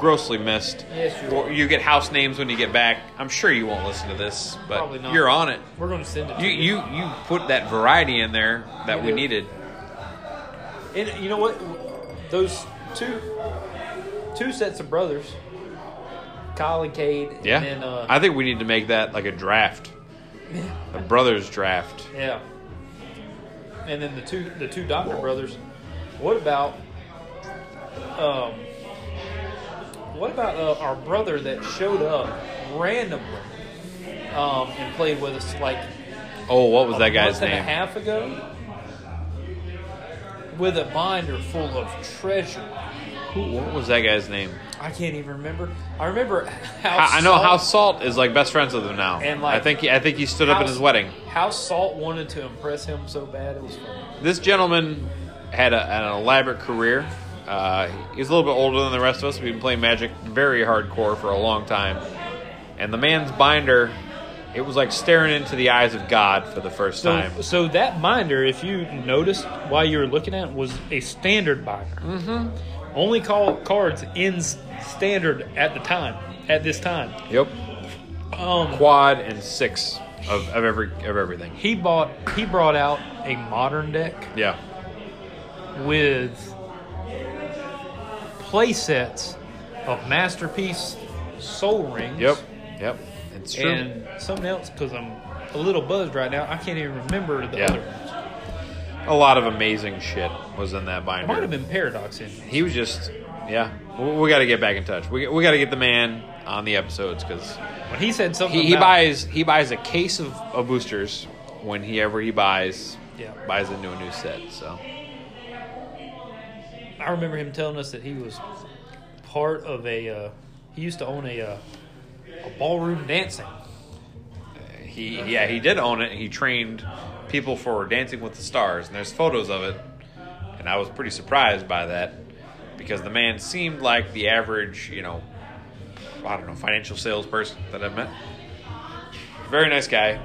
grossly missed. Yes, you Or are. You get house names when you get back. I'm sure you won't listen to this, but Probably not. you're on it. We're going to send it You to you. you you put that variety in there that we We did. needed. And you know what? Those two two sets of brothers, Kyle and Cade. Yeah. And then, uh, I think we need to make that like a draft. a brothers draft. Yeah. And then the two the two Doctor brothers. What about um what about uh, our brother that showed up randomly um, and played with us like Oh, what was a that guy's month and a name? half ago with a binder full of treasure. Who, what was that guy's name? I can't even remember. I remember how I, I know Salt- House Salt is like best friends with him now. And, I like, think he, I think he stood up how- at his wedding. How Salt wanted to impress him so bad it was funny. This gentleman had a, an elaborate career. Uh, he's a little bit older than the rest of us. We've been playing Magic very hardcore for a long time, and the man's binder. It was like staring into the eyes of God for the first So, time. so that binder, if you noticed while you were looking at it, was a standard binder. Mm-hmm. Only call cards in s- standard at the time, at this time. Yep. Um, Quad and six of, of every of everything. he bought, he brought out a modern deck Yeah. with play sets of Masterpiece, Soul Rings, Yep. Yep. It's true. and something else because I'm a little buzzed right now. I can't even remember the Yeah. other ones. a lot of amazing shit was in that binder. It might have been Paradox in. He was just, yeah. We, we got to get back in touch. We, we got to get the man on the episodes because When he said something he, he about- buys he buys a case of, of boosters whenever he buys Yeah. buys into a new set. So I remember him telling us that he was part of a. Uh, he used to own a uh, a ballroom dancing. he yeah he did own it. He trained people for Dancing with the Stars, and there's photos of it. And I was pretty surprised by that. because the man seemed like the average, you know, I don't know, financial salesperson that I've met. Very nice guy.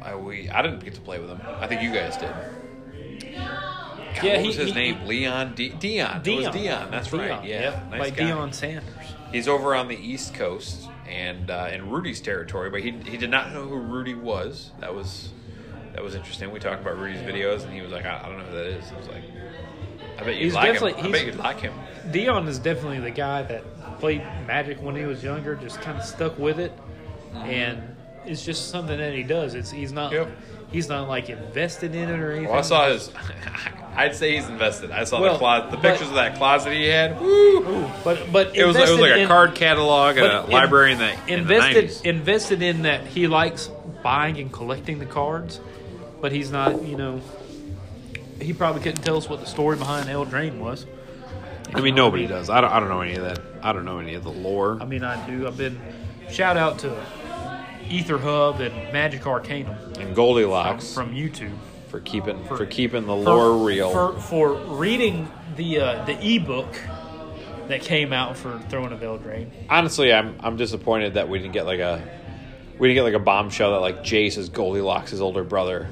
I, we, I didn't get to play with him. I think you guys did. God, Yeah, what he- was his he- name? Leon D- Dion. It was Dion. That's right. Dion, Yeah, yep, nice by guy. Dion Sanders. He's over on the East Coast and uh, in Rudy's territory, but he he did not know who Rudy was. That was that was interesting. We talked about Rudy's videos, and he was like, I, I don't know who that is. I was like, I bet you He's like him. definitely- I bet he's- you'd like him. Dion is definitely the guy that played Magic when he was younger, just kind of stuck with it, and it's just something that he does. It's he's not Mm-hmm. Yep. he's not like invested in it or anything. Well, I saw his. I'd say he's invested. I saw Well, the closet, the but- pictures of that closet he had. Ooh, but but It was it was invested like a in- card catalog at a but in- library in the in the invested 90s. invested in that he likes buying and collecting the cards, but he's not you know. He probably couldn't tell us what the story behind Eldraine was. I mean, nobody does. I don't, I don't know any of that. I don't know any of the lore. I mean, I do. I've been shout out to Ether Hub and Magic Arcanum And Goldilocks from YouTube for keeping for, for keeping the for, lore real. for for reading the uh, the ebook that came out for Throwing a Eldraine. honestly, I'm I'm disappointed that we didn't get like a we didn't get like a bombshell that like Jace is Goldilocks' older brother,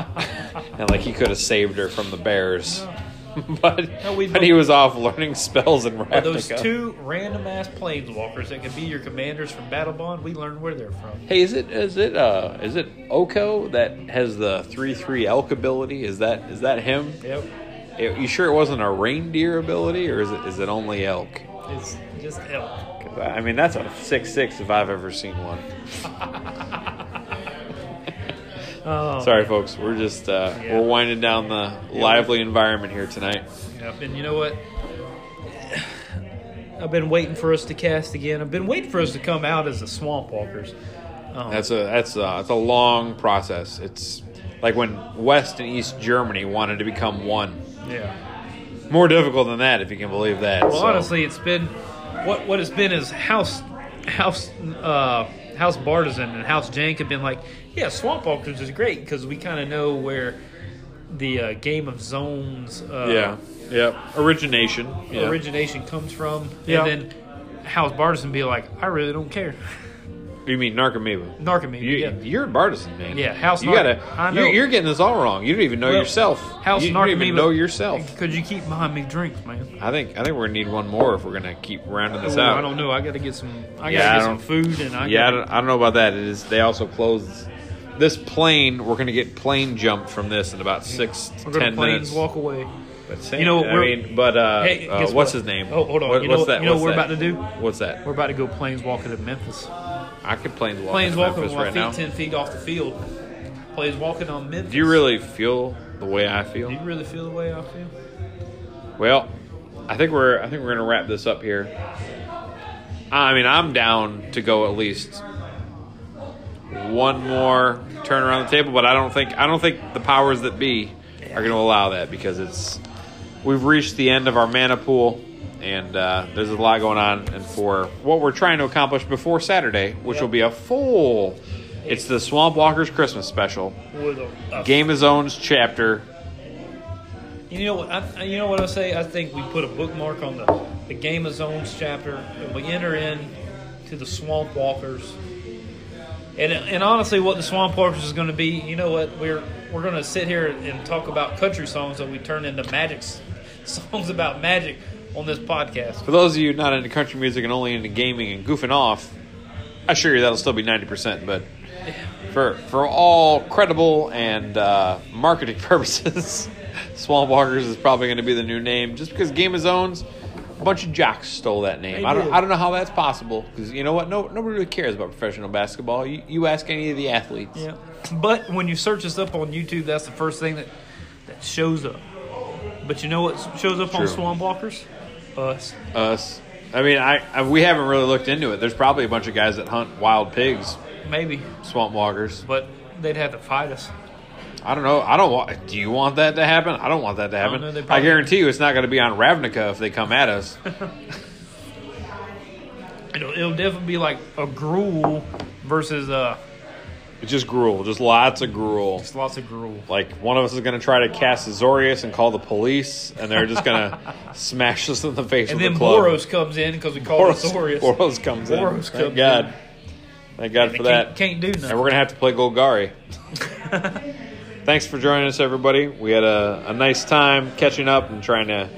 and like he could have saved her from the bears, but No, we- but he was off learning spells and But those Ravnica. two random ass planeswalkers that could be your commanders from Battle Bond, we learned where they're from. Hey, is it is it uh is it Oko that has the three three elk ability? Is that is that him? Yep. Eh, you sure it wasn't a reindeer ability, or is it is it only elk? It's just elk. 'Cause I I mean, that's a six six if I've ever seen one. Oh, Sorry, folks. We're just uh, Yeah. we're winding down the lively environment here tonight. Yep. And you know what? I've been waiting for us to cast again. I've been waiting for us to come out as the Swamp Walkers. Um, That's a that's a, that's a long process. It's like when West and East Germany wanted to become one. yeah. More difficult than that, if you can believe that. Well, so. honestly, it's been what what it's been is House House uh, House Bartizan and House Jank have been like, yeah, Swamp Walkers is great because we kind of know where the uh, game of zones yeah, uh, yeah. Origination, yeah. origination comes from, Yeah. and then House Bartizan be like, I really don't care, you mean Narcomoeba? Narcomoeba. You, yeah. You're a partisan, man. Yeah, House You Narc- gotta. I know. You're, you're getting this all wrong. You don't even know Well, yourself. House you don't Narcomoeba- even know yourself. Could you keep buying me drinks, man? I think I think we're gonna need one more if we're gonna keep rounding this Ooh, out. I don't know. I got to get some. I got to Yeah, I get some don't- food, and I Yeah, I gotta- don't, I don't know about that. It is they also closed this plane. We're gonna get plane jump from this in about six to ten we're gonna planes minutes. walk away. But same- you know, I we're- mean, but uh, Hey, uh, guess what's what? his name? Oh, hold on. What- You know what's what- that? you know what's what we're that? about to do? What's that? We're about to go planes walking to Memphis. I could planes walk. Planes Planes walking Memphis with my right feet now. ten feet off the field. Planes walking on Memphis. Do you really feel the way I Do you feel? really feel the way I feel? Well, I think we're I think we're gonna wrap this up here. I mean, I'm down to go at least one more turn around the table, but I don't think I don't think the powers that be are going to allow that because it's we've reached the end of our mana pool, and uh, there's a lot going on. And for what we're trying to accomplish before Saturday, which will be a full, it's the Swamp Walkers Christmas special, With a, a- Game of Zones chapter. You know what? I, you know what I say? I think we put a bookmark on the, the Game of Zones chapter, and we enter in to the Swamp Walkers. And and honestly, what the Swamp Walkers is going to be, you know what? We're we're going to sit here and talk about country songs that we turn into magic s- songs about magic on this podcast. For those of you not into country music and only into gaming and goofing off, I assure you that'll still be 90%, but for, for all credible and uh, marketing purposes, Swamp Walkers is probably going to be the new name just because Game of Zones, a bunch of jocks stole that name. They I don't, did. I don't know how that's possible because you know what? No, nobody really cares about professional basketball. You, you ask any of the athletes. Yeah. But when you search us up on YouTube, that's the first thing that, that shows up. But you know what shows up True. on Swan Walkers? Us. Us. I mean, I, I we haven't really looked into it. There's probably a bunch of guys that hunt wild pigs, Maybe. swamp walkers. But they'd have to fight us. I don't know. I don't want. Do you want that to happen? I don't want that to happen. don't know. They I probably- guarantee you, it's not going to be on Ravnica if they come at us. It'll, it'll definitely be like a gruel versus a It's just gruel, just lots of gruel. Just uh, lots of gruel. Like one of us is going to try to cast Azorius and call the police, and they're just going to smash us in the face And with then the club. Boros comes in because we call it Boros, Zorius. Boros comes in. Boros Thank comes God. in. Thank God They for that. Can't, can't do And we're nothing. going to have to play Golgari. Thanks for joining us, everybody. We had a, a nice time catching up and trying to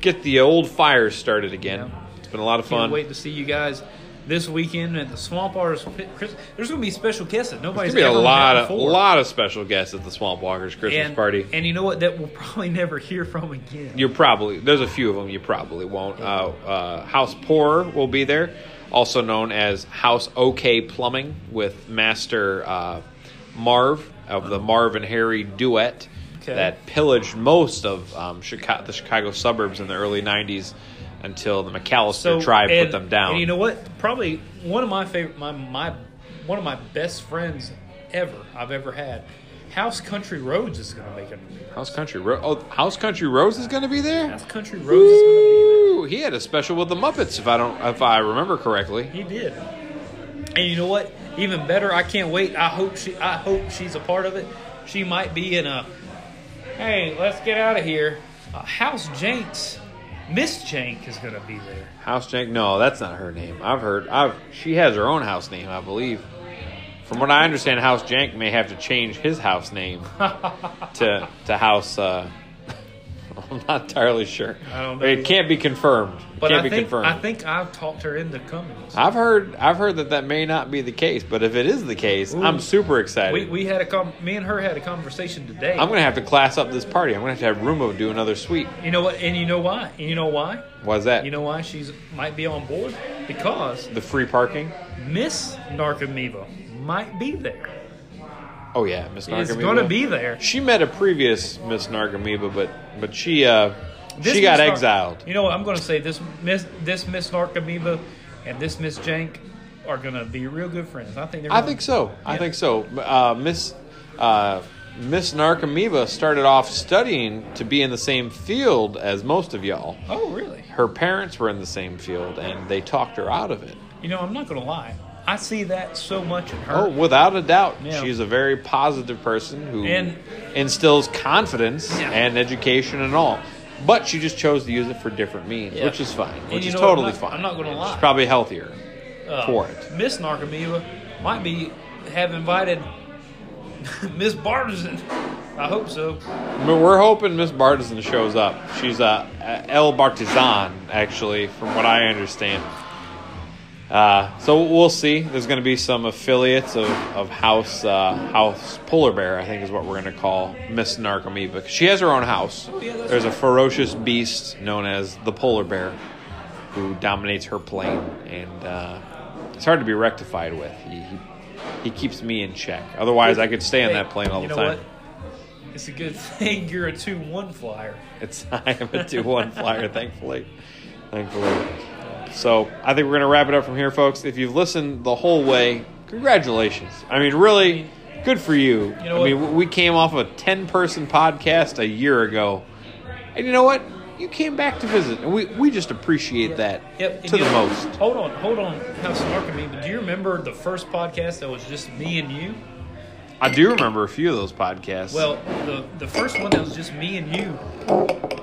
get the old fires started again. Yeah. It's been a lot of Can't fun. wait to see you guys this weekend at the Swamp Artist. Pit- Chris- There's going to be special guests that nobody's There's going to be ever a lot met of, before. lot of special guests at the Swamp Walkers Christmas and, party. And you know what? That we'll probably never hear from again. You're probably there's a few of them you probably won't. Uh, uh, House Pourer will be there, also known as House OK Plumbing with Master uh, Marv of the Marv and Harry duet Uh-huh. Okay. that pillaged most of um, Chicago, the Chicago suburbs in the early '90s until the McAllister tribe and- put them down. And you know what? Probably one of my favorite, my my one of my best friends ever I've ever had. House Country Roads is going to make an appearance. House Country Ro- oh, House Country Rose is going to be there. House Country Roads is going to be there. Ooh, he had a special with the Muppets, if I don't, if I remember correctly. He did. And you know what? Even better, I can't wait. I hope she I hope she's a part of it. She might be in a Hey, let's get out of here. Uh, House Jenks, Miss Jank is going to be there. House Jank? No, that's not her name. I've heard. I've she has her own house name, I believe. From what I understand, House Jank may have to change his house name to to House. Uh, I'm not entirely sure. I don't know. It can't be confirmed. It But can't I be think confirmed. I think I've talked her into coming. I've heard. I've heard that that may not be the case. But if it is the case, Ooh. I'm super excited. We, we had a com- me and her had a conversation today. I'm gonna have to class up this party. I'm gonna have to have Rumo do another suite. you know what? And you know why? And you know why? Why's that? You know why she's might be on board because the free parking. Miss Narcomoeba might be there. Oh yeah, Miss Is Narcomoeba. going to be there. She met a previous Miss Nargamoeba, but but she uh This she got Miss Nar- exiled. You know what? I'm going to say this Miss this Miss Narcomoeba and this Miss Jank are going to be real good friends. I think they're. I gonna- think so. I Yeah. think so. Uh, Miss uh, Miss Narcomoeba started off studying to be in the same field as most of y'all. Oh really? Her parents were in the same field, and they talked her out of it. You know I'm not going to lie. I see that so much in her. Oh, without a doubt, Yeah. she's a very positive person who And- instills confidence Yeah. and education and all. But she just chose to use it for different means, Yeah. which is fine, And which you is know what? I'm totally not- fine. I'm not gonna lie. She's probably healthier Uh, for it. Miss Narcomoeba might be have invited Miss Bartizan. I hope so. I mean, we're hoping Miss Bartizan shows up. She's a a El Bartizan, actually, from what I understand. Uh, so we'll see. There's going to be some affiliates of, of House uh, House Polar Bear, I think is what we're going to call Miss Narcomoeba. She has her own house. Oh, yeah, that's There's a ferocious beast known as the Polar Bear who dominates her plane, and uh, it's hard to be rectified with. He, he, he keeps me in check. Otherwise, I could stay on Hey, that plane all you the know time. What? It's a good thing you're a two-one flyer. It's I am a two one flyer, thankfully. Thankfully. So I think we're gonna wrap it up from here, folks. If you've listened the whole way, congratulations. I mean, really, good for you. You know I mean, we came off a ten person podcast a year ago, and you know what? You came back to visit, and we, we just appreciate that Yep. and to you the know- most. Hold on, hold on. How Narcomoeba? Do you remember the first podcast that was just me and you? I do remember a few of those podcasts. Well, the the first one that was just me and you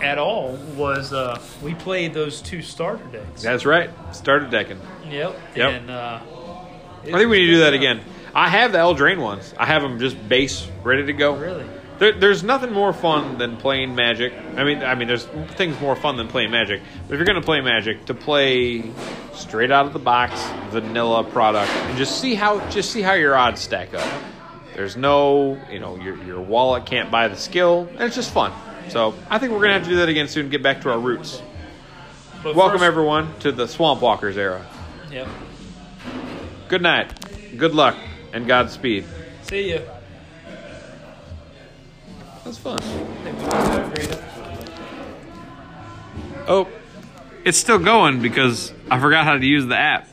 at all was uh, we played those two starter decks. that's right. Started decking. Yep. Yep. And, uh, I think we need to do that again. I have the Eldraine ones. I have them just base ready to go. Really? There, there's nothing more fun than playing Magic. I mean, I mean, there's things more fun than playing Magic. But if you're gonna play Magic, to play straight out of the box vanilla product and just see how just see how your odds stack up. There's no, you know, your your wallet can't buy the skill, and it's just fun. So I think we're gonna have to do that again soon. Get back to our roots. But Welcome first- everyone to the Swamp Walkers era. Yep. Good night, good luck, and Godspeed. See ya. That's fun. Oh, it's still going because I forgot how to use the app.